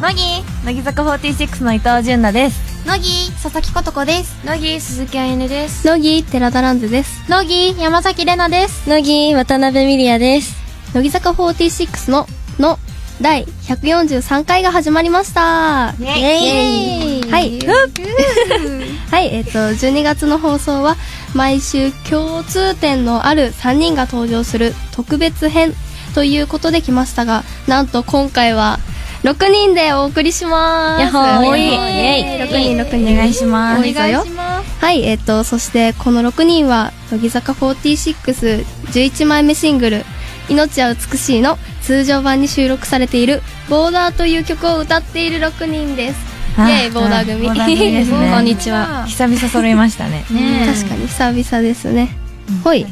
乃木乃木坂46の伊藤純奈です乃木佐々木琴子です乃木鈴木あゆねです乃木寺田ランズです乃木山崎怜奈です乃木渡辺美里也です乃木坂46のの第143回が始まりましたイイエイエイはい はいえっ、と12月の放送は毎週共通点のある3人が登場する特別編ということで来ましたがなんと今回は6人でお送りしますやっほー多いイエイ6人6人お願いします多いぞよますはい、えっ、と、そしてこの6人は、乃木坂46、11枚目シングル、命は美しいの通常版に収録されている、ボーダーという曲を歌っている6人です。イあェイ、ボーダー組。ボーダー組ですね こんにちは。久々揃いましたねねえ確かに久々ですね。ほい。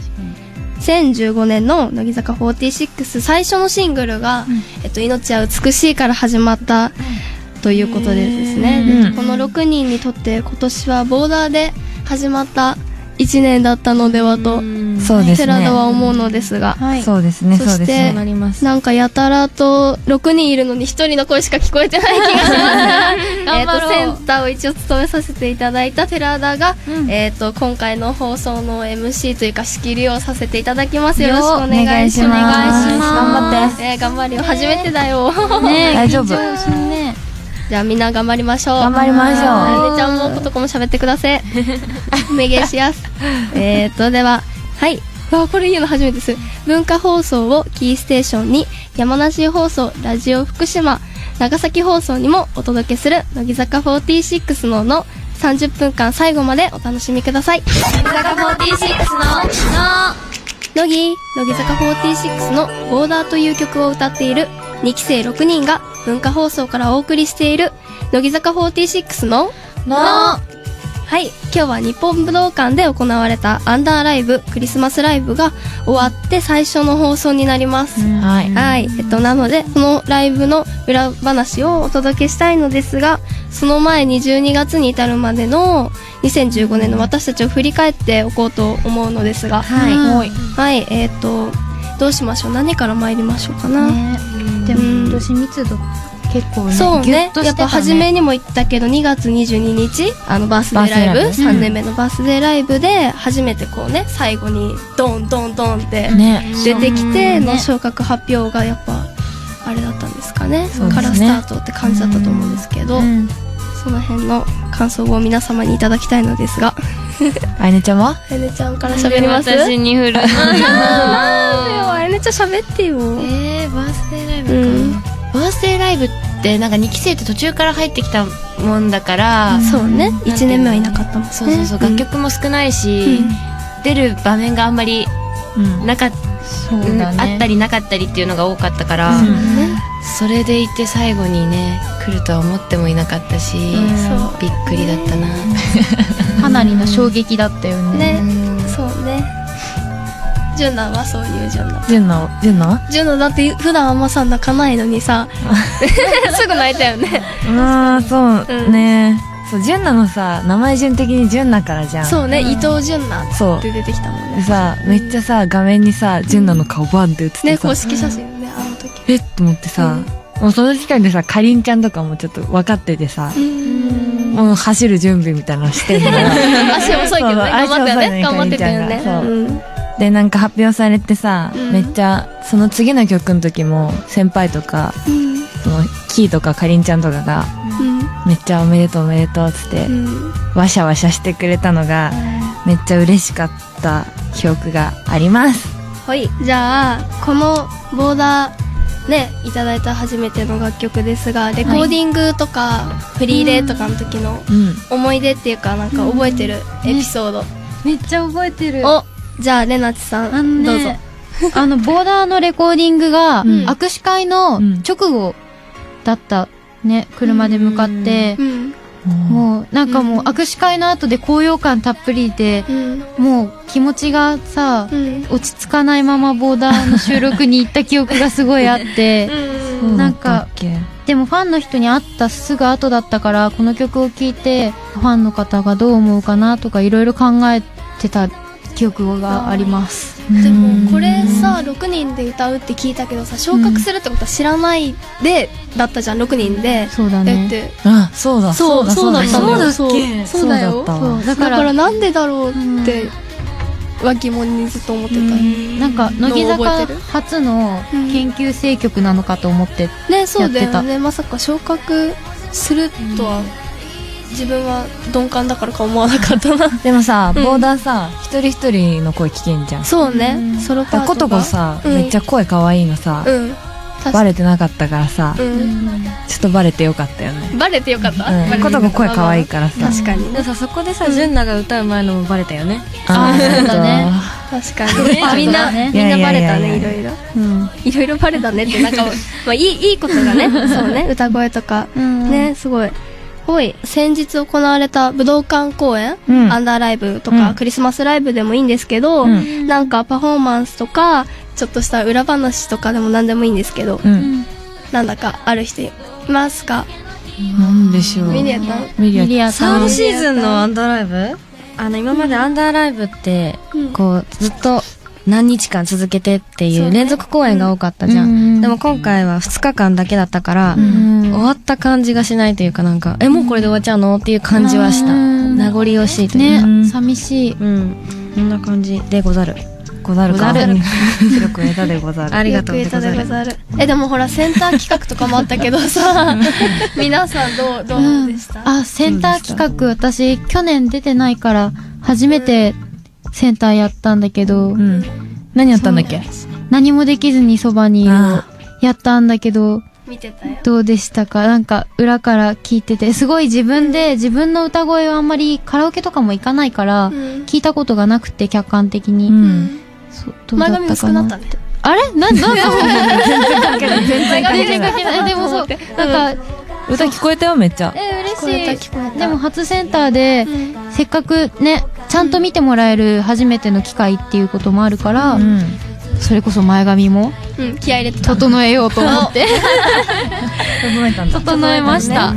2015年の乃木坂46最初のシングルが、えっと、命は美しいから始まったということでですね、うんえっとこの6人にとって今年はボーダーで始まった1年だったのではと、そうですね寺田は思うのですが、はいそうですねそしてそうですねりますなんかやたらと6人いるのに1人の声しか聞こえてない気がしま すが頑張ろうえっとセンターを一応務めさせていただいた寺田が、うんえっと今回の放送の MC というか仕切りをさせていただきますよろしくお願いしますよお願いします頑張ってえー頑張るよ初めてだよ、ね大丈夫緊張するねじゃあみんな頑張りましょう頑張りましょうあやねちゃんもことこも喋ってくだ さいお願いしやすえーとでははいわあこれ言うの初めてです文化放送をキーステーションに山梨放送ラジオ福島長崎放送にもお届けする乃木坂46のの30分間最後までお楽しみください乃木乃木坂46の「ボーダー」という曲を歌っている2期生6人が文化放送からお送りしている乃木坂46ののはい今日は日本武道館で行われたアンダーライブクリスマスライブが終わって最初の放送になります、はいはい、えっと、なので、そのライブの裏話をお届けしたいのですが、その前に12月に至るまでの2015年の私たちを振り返っておこうと思うのですが、はいうんはいはい、えっと、どうしましょう何から参りましょうかな。ねでもうん今年密度結構ねそうギュねッとしてたねやっぱ初めにも言ったけど2月22日あのバースデーライブバースデーライブ3年目のバースデーライブで初めてこうね最後にドンドンドンってね出てきてうんの昇格発表がやっぱあれだったんですかねそうですねからスタートって感じだったと思うんですけど、うんその辺の感想を皆様にいただきたいのですがあゆねちゃんはあやねちゃんから喋ります私に振るなんでよあやねちゃん喋ってよ、 えー、バースデーライブか、うんバースデーライブってなんか2期生って途中から入ってきたもんだから、そうね1年目はいなかったもんねそうそうそう、楽曲も少ないし、うん出る場面があんまりうんなかっ、そうだねあったりなかったりっていうのが多かったから、うんそれでいて最後にね来るとは思ってもいなかったし、んそうびっくりだったな、かなりの衝撃だったよねねうんそうね純奈はそういう純奈ジュンのジュンの純奈だって普段あんまさ泣かないのにさすぐ泣いたよねああそううんねそうジュンナのさ名前順的にジュンナからじゃんそうね、伊藤純奈そうって出てきたもんでねさめっちゃさ画面にさジュンナの顔バンって映ってさね公式写真ねあの時えっと思ってさ、もうその時点でさかりんちゃんとかもちょっと分かっててさ、うんもう走る準備みたいなのしてんの 足遅いけどね頑張ったよねそうそう足遅いの頑張っにてたよねかりんちゃんがそううんでなんか発表されてさ、うんめっちゃその次の曲の時も先輩とかうんそのキーとかかりんちゃんとかがめっちゃおめでとうおめでとうっつって、うんわしゃわしゃしてくれたのがめっちゃ嬉しかった記憶がありますはいじゃあこのボーダーねいただいた初めての楽曲ですがレコーディングとかフリーレイとかの時のうん思い出っていうかなんか覚えてるエピソードめっちゃ覚えてるおじゃあレナチさあのん、ねどうぞあの、ボーダーのレコーディングが、うん握手会の直後だったね、車で向かって、うんもう、なんかもううん握手会の後で高揚感たっぷりで、うんもう気持ちがさ、うん落ち着かないままボーダーの収録に行った記憶がすごい あって、そうだったなんっけでもファンの人に会ったすぐ後だったから、この曲を聴いて、ファンの方がどう思うかなとかいろいろ考えてた記憶があります。でもこれさ6人で歌うって聞いたけどさ昇格するってことは知らないでだったじゃん6人で、そうだだっね。てあそうだそうそうだったのだよそうだそうだよったわだだかからら、なんでだろうっては疑問にずっと思ってた、なんか、乃木のを覚え坂てる初のうん研究生曲なのかと思って、ねそうだやってよたねまさか昇格するとは、自分は鈍感だからか思わなかったなでもさうんボーダーさ一人一人の声聞けんじゃんそうね、うんソロパートだがことこさうんめっちゃ声可愛いのさうん確バかレてなかったからさに、うんちょっとバレてよかったよねバレてよかった、バレてうよんこかっとたこ声可愛いからさ確かに。でもさ、そこでさ、純奈が歌う前のもバレたよね。あーーそうだね確かに、あみんな、ねみんなバレたいやねいいやろいろうん。いろいろバレたねってなんかまあいいいいことがねそうね歌声とか、うんねすごいほい先日行われた武道館公演、うんアンダーライブとか、うんクリスマスライブでもいいんですけど、うんなんかパフォーマンスとかちょっとした裏話とかでも何でもいいんですけど、うんなんだかある人いますかなんでしょうミネタンミミリリアアサさーんド。シーズンのアンダーライブあの、今までアンダーライブって、うんこう、ずっと何日間続けてっていそううね連続公演が多かったじゃうんうんうんん。でも今回は2日間だけだったから、う終んわった感じがしないというかなんか、え、もうこれで終わっちゃうのっていう感じはした。うん名残惜しいというか。ね、寂しい。うん。こんな感じでござる。ござるか ござる白く枝でござるありがとうよでくご歌ざでごる。ざるえでもほらセンター企画とかもあったけどさ皆さんどうどうでした、あ、センター企画、私、去年出てないから、初めてセンターやったんだけど、うん何やったんだっけ何もできずにそばにいるをあやったんだけど、見てたよどうでしたかなんか裏から聞いてて、すごい自分で自分の歌声はあんまりカラオケとかも行かないから、うん聞いたことがなくて客観的に。うんそうどうだ前っ髪たかな薄くなったねあれな、なんだ全然関係ない全然関係ない。でもそう、なんか、歌聞こえたよめっちゃえ、聞こえ嬉たし聞こえたい。でも初センターで、うんせっかくね、ちゃんと見てもらえる初めての機会っていうこともあるから、うんそれこそ前髪もうん、気合い入れてた。整えようと思って、整えたんだ整えました。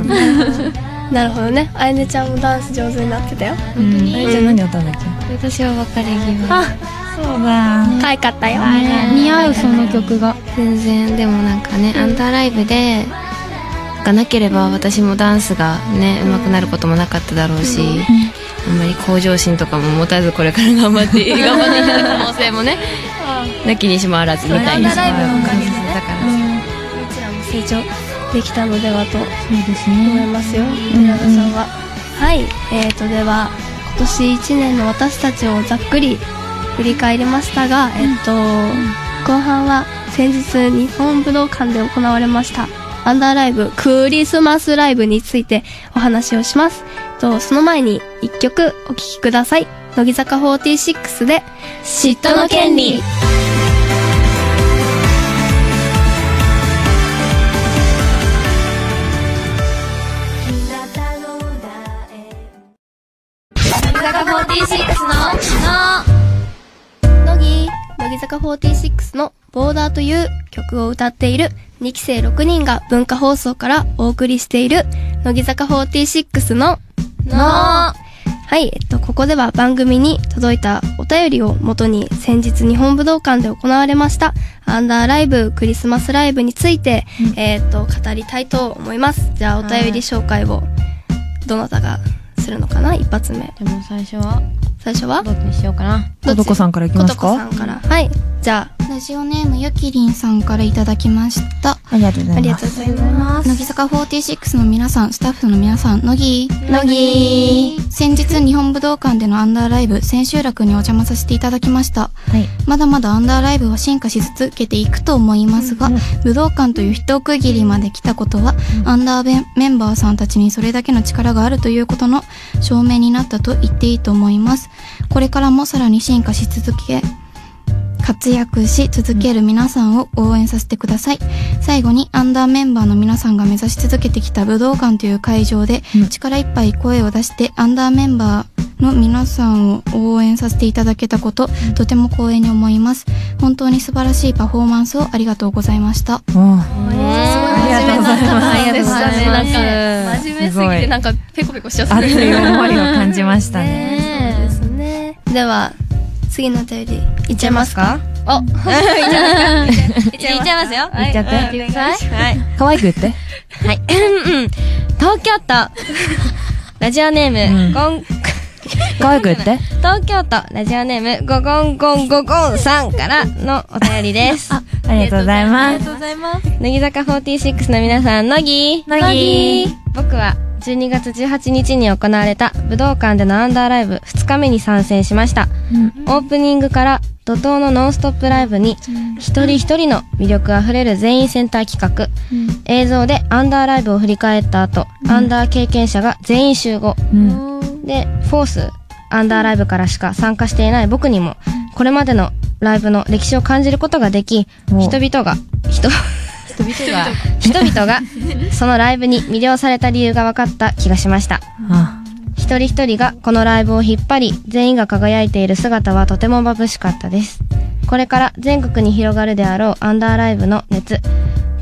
なるほどね。あやねちゃんもダンス上手になってたよ。うんあれじゃあ何やったんだっけ私は別れ際。そうだ可愛かったよ。似合う、その曲が。全然でもなんかねアンダーライブでがなければ私もダンスがね上手くなることもなかっただろうし、あんまり向上心とかも持たずこれから頑張って 頑張っていただく可能性もねなきにしもあらずみたいなアンダーライブのおかげでねだから、うちらも成長できたのではとそうです思いね。ますよ。寺田さんは。はい。えーと、では、今年1年の私たちをざっくり振り返りましたが、えっと、後半は先日日本武道館で行われましたアンダーライブクリスマスライブについてお話をします。えっと、その前に一曲お聴きください。乃木坂46で嫉妬の権利。乃木乃木坂46の「ボーダー」という曲を歌っている2期生6人が文化放送からお送りしている乃木坂46の「の」はい、えっと、ここでは番組に届いたお便りを元に先日日本武道館で行われましたアンダーライブクリスマスライブについて、えっと、語りたいと思います。じゃあお便り紹介をどなたがするのかな一発目。でも最初は最初はどうしようかなことこさんからいきますことこさかんから。はい、じゃあラジオネームゆきりんさんからいただきました。ありがとうござあいりまがすとうございま乃木坂46の皆さん、スタッフの皆さん、乃木。す。乃木。先日日本武道館でのアンダーライブ、千秋楽にお邪魔させていただきました。はいまだまだアンダーライブは進化し続けていくと思いますが、武道館という一区切りまで来たことは、アンダーベンメンバーさんたちにそれだけの力があるということの証明になったと言っていいと思います。これからもさらに進化し続け、活躍し続ける皆さんを応援させてください。最後にアンダーメンバーの皆さんが目指し続けてきた武道館という会場でうん力いっぱい声を出してアンダーメンバーの皆さんを応援させていただけたこと、とても光栄に思います。本当に素晴らしいパフォーマンスをありがとうございました。おーありがとうございます真面目な方でしたねなんか真面目すぎすごていなんかペコペコしちゃっあたるいう思いを感じましたねね。そうですね。では次のお便りいっちゃいますかおいっちゃいますよ。いっちゃってはいお願いしますはい。可愛く言って。はい。東京都、ラジオネーうんム、ゴン、可愛く言って。東京都、ラジオネーム、ゴゴンゴンゴゴンさんからのお便りです。ありがとうございます。とうございます。乃木坂46の皆さん、乃木乃木僕は12月18日に行われた武道館でのアンダーライブ2日目に参戦しました。オープニングから怒涛のノンストップライブに、一人一人の魅力あふれる全員センター企画、映像でアンダーライブを振り返った後、アンダー経験者が全員集合。うん。で、フォース、アンダーライブからしか参加していない僕にも、これまでのライブの歴史を感じることができ、お人々が、人、人が。人々が、そのライブに魅了された理由が分かった気がしました。あ一人一人がこのライブを引っ張り、全員が輝いている姿はとても眩しかったです。これから全国に広がるであろうアンダーライブの熱。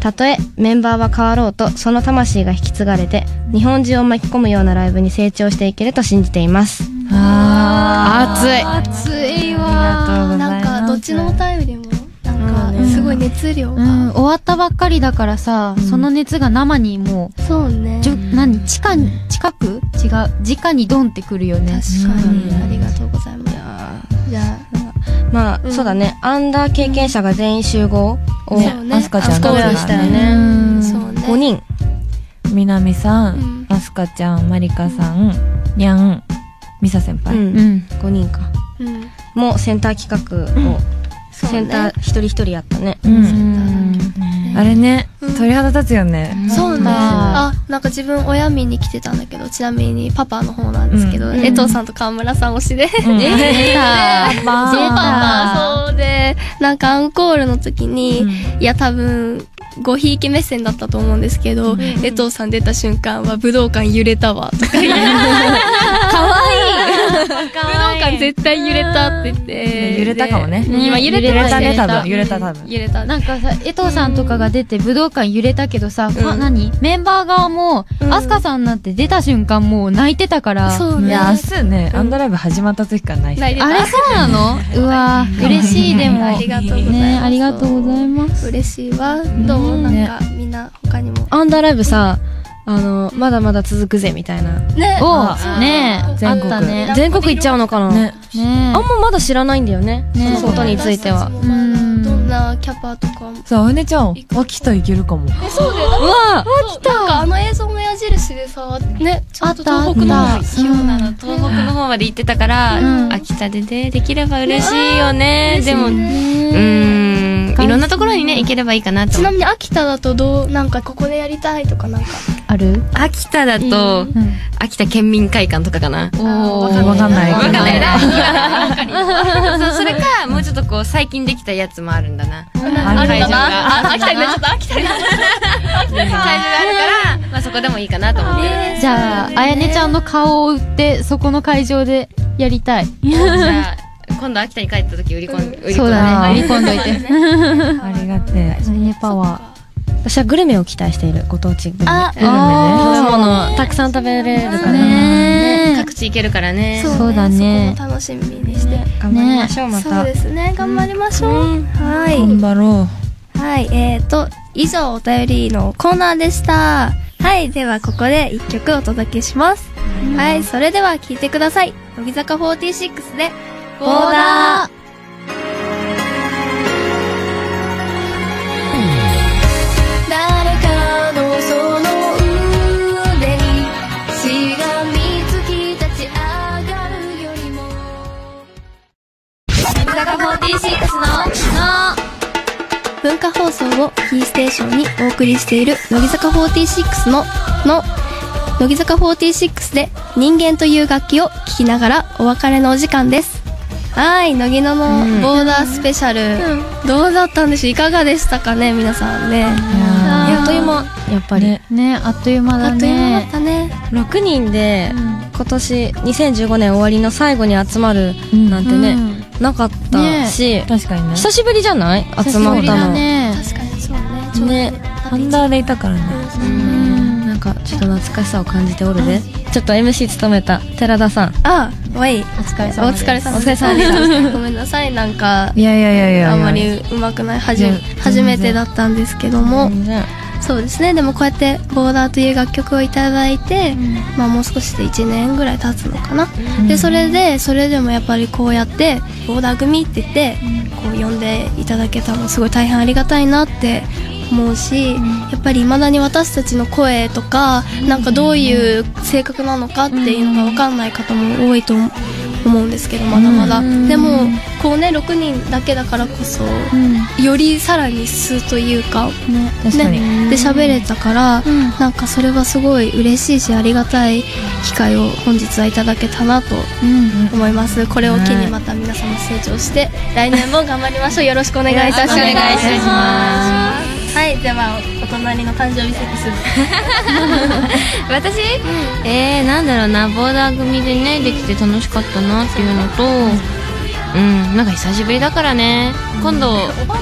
たとえメンバーは変わろうと、その魂が引き継がれて、日本中を巻き込むようなライブに成長していけると信じています。あ熱い熱いありがとうごわざいなまんすかどっちのお便りもなんかすごい熱量うがん、終わったばっかりだからさ、その熱が生にもそうねう、じゅ、何、地下に、近く違う、直にドンってくるよね。確かにうんありがとうございますじゃあまあ、うんそうだね。アンダー経験者が全員集合を、そうねあすかちゃんがあそうでしたよねうんそうね5人。南さ、うんんあすかちゃん、まりかさん、にゃん、みさ先輩。う。うんん。 5人か。うんもうセンター企画を、そうセンターね一人一人やったね。う。うんん。あれねうん、鳥肌立つよね。そうねうんあなんか自分親見に来てたんだけどちなみにパパの方なんですけど、うん江藤さんと川村さん推しでうん出た。パそう、パパパ、そうで、なんかアンコールの時に、うんいや、多分、ごひいき目線だったと思うんですけど、江藤さん出た瞬間は武道館揺れたわ、とか言って。かわいい武道館絶対揺れたって言って。揺れたかもねで今揺れて揺れましたね、多た分。揺れた、多分。揺れた。なんかさ、江藤さんとかが出て武道館揺れたけどさ、ファうん何メンバー側も、うんアスカさんなんて出た瞬間もう泣いてたから。そういね。や、明日ね、アンドライブ始まった時からない。泣いてたあれそうな のうわー嬉しいで も。ありがとうございます。ねありがとうございます。嬉しいわ。どう、ねなんか、みんな他にも。アンダーライブさ、あの、まだまだ続くぜ、みたいな。ねおあねえ、全あっ国たね。全国行っちゃうのかな、ね。ねあんままだ知らないんだよね。ねそのことについて私は。たちもまだどんなキャパとかも。さあ、あゆねちゃん、秋田行けるかも。そうだよ。うわそうなんかあの映像の矢印でさ、ね、ちょっと東北のあったあった方そうなの東北の方まで行ってたからうん秋田ででできれば嬉しいよね。でも、うねーん、いろんなところにね、行ければいいかなとち思なう。みに秋田だとどう、なんかここでやりたいとかなんか。ある秋田だと、秋田県民会館とかかな。おーわかんないわわかんんないいな。 わかんないなそうそれか、もうちょっとこう、最近できたやつもあるんだな。あるんだな。秋田になっちゃった、秋田になっちゃった。会場があるから、まあそこでもいいかなと思って。じゃあ、あやねちゃんの顔を売って、そこの会場でやりたい。じゃあ、今度秋田に帰った時売り込んで、売り込んでそうだね。売売りり込んど いて。ありがてあやねパワー。私はグルメを期待している、ご当地グルメ。あえ。グルメ食べ物、たくさん食べれるから。ねえ各地行けるからね。そうだねそこも楽しみにして。頑張りましょう、まそたう。ですね、頑張りましょう。はね。頑い。張ろはい、えーと、以上お便りのコーナーでした。はい、ではここで一曲お届けします。はい、それでは聴いてください。乃木坂46で、ボーダー。誰かのその腕にしがみつき立ち上がるよりも文化放送をキーステーションにお送りしている乃木坂46のの乃木坂46で人間という楽器を聴きながらお別れのお時間ですはい乃木野のボーダースペシャル、どうだったんでしょういかがでしたかね皆さんね、う。いやあっという間、やっぱーり。ねねあっという間あだっという間だねっ。たね6人で、今年2015年終わりの最後に集まるうんなんてうね、んなかったし、確かにね。久しぶりじゃない久集しぶまっりただの。ね。確かにそうねねハンダーでいたからね。うんなんかちょっとと懐かしさを感じておるでちょっと MC 務めた寺田さんあわいお疲れお疲れ様ですごめんなさいなんかいやいやいやいやあんまりうまくないはじいや初めてだったんですけどもうそうですねでもこうやって「ボーダー」という楽曲をいただいて、まあ、もう少しで1年ぐらい経つのかな、でそれでそれでもやっぱりこうやって「ボーダー組」って言って、こう呼んでいただけたのすごい大変ありがたいなって思うし、やっぱり未だに私たちの声とか、なんかどういう性格なのかっていうのが分かんない方も多いと思う。思うんですけどまだまだ、でもこうね6人だけだからこそ、よりさらに素というか、確かに、ね、で喋れたから、なんかそれはすごい嬉しいしありがたい機会を本日はいただけたなと思います、これを機にまた皆様成長して来年も頑張りましょうよろしくお願いいたしますよろしくお願いしまはいではお隣の誕生日セックス私、えー、なんだろうなボーダー組でねできて楽しかったなっていうのとうんなんか久しぶりだからね今度おば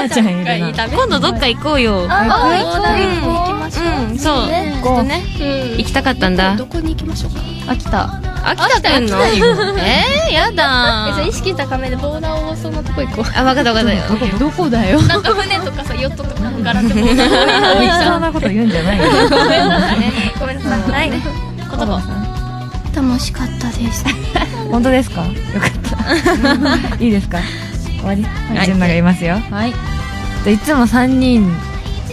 あちゃんいるな今度どっか行こうよああ行きたい行きましょう、うんそうちょっとね行きたかったんだどこに行きましょうか秋田秋田くんのえー、やだ意識高めでボーダーをそのとこ行こうあ分かった分かったよどこだよなんか船とかさヨットとかの柄ってボーダーそんなこと言うんじゃないよごめんなさいはい言葉楽しかったです本当ですかよかったいいですか終わりはい順番がいますよはいでいつも3人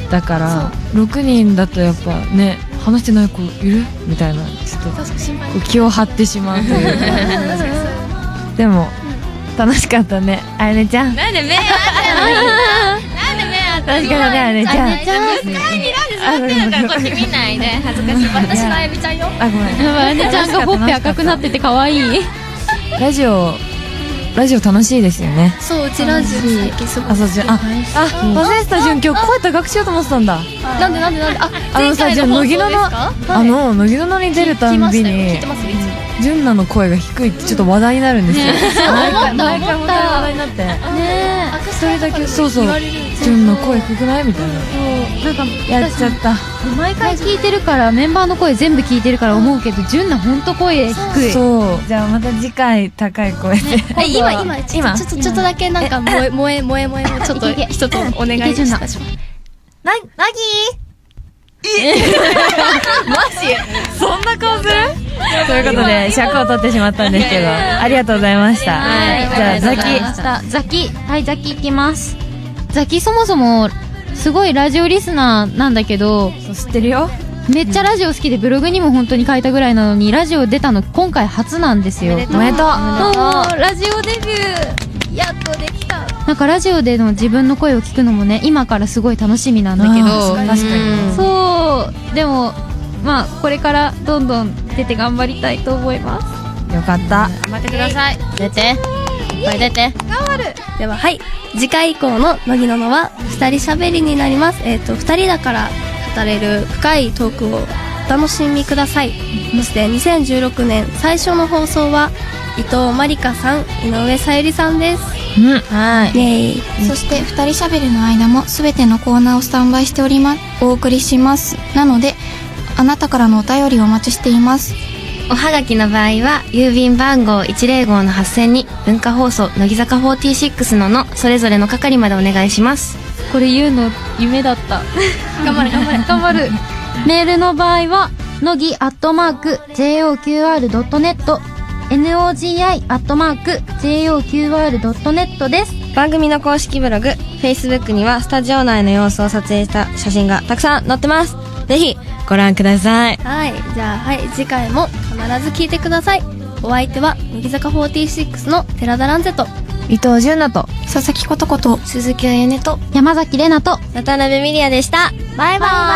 だから6人だとやっぱね話してない子いるみたいなちょっと確か心配こう気を張ってしまうというかでも楽しかったねあやねちゃんなんで目合ったのなんで目合った確かにねあやねちゃんちゃん絶対になんで座ってるからこっち見ないで恥ずかしい私のあエビちゃんよあごめんあねちゃんがほっぺ赤くなってて可愛いラジオラジオ楽しいですよねそううちラジオ最近すごいあそうじゅんああバセンスタジオ今日声高くしようと思ってたんだなんでなんでなんでああのさ前じゃあ回の放乃送木野ですのかあの乃木野に出るた聞きんまびしたよに聞いてますよいつ純奈の声が低いってちょっと話題になるんですよ、毎回毎回本当に話題になってもねえそれだけそうそう言われるんですよ純の声低くないみたいななんかやっちゃった毎回聞いてるからメンバーの声全部聞いてるから思うけど純奈ほんと声低いそうじゃあまた次回高い声で、え今今ちょっとちょっとちょっとだけなんか萌え萌え萌え萌えもちょっといけいけ一つお願いいたしますな、なぎマジそんな顔するということで、尺を取ってしまったん ですけど、ありがとうございました。じゃあ、ザキ。キザキはいザキいきますザキそもそもすごいラジオリスナーなんだけどそう知ってるよめっちゃラジオ好きでブログにも本当に書いたぐらいなのにラジオ出たの今回初なんですよおめでとうどうもラジオデビューやっとできたなんかラジオでの自分の声を聞くのもね今からすごい楽しみなんだけど確かに。そうでもまあこれからどんどん出て頑張りたいと思いますよかっ頑た。張ってください出ていっぱい出てでははい次回以降の乃木ののは二人しゃべりになりますえっ、と二人だから語れる深いトークをお楽しみくださいそして2016年最初の放送は伊藤まりかさん井上さゆりさんですうん。はい。イエイ そして二人しゃべるの間も全てのコーナーをスタンバイしておりますお送りしますなのであなたからのお便りをお待ちしていますおはがきの場合は郵便番号105の8000に文化放送乃木坂46ののそれぞれの係までお願いしますこれ言うの夢だった頑張れ頑張れ頑張るメールの場合は乃木アットマーク JOQR.net NOGI アットマーク JOQR.net です番組の公式ブログ Facebook にはスタジオ内の様子を撮影した写真がたくさん載ってますぜひご覧くださいはいじゃあはい次回も必ず聞いてくださいお相手は乃木坂46の寺田蘭瀬と伊藤純奈と、佐々木ことこと鈴木あやねと山崎れなと渡辺美里也でしたバイバイ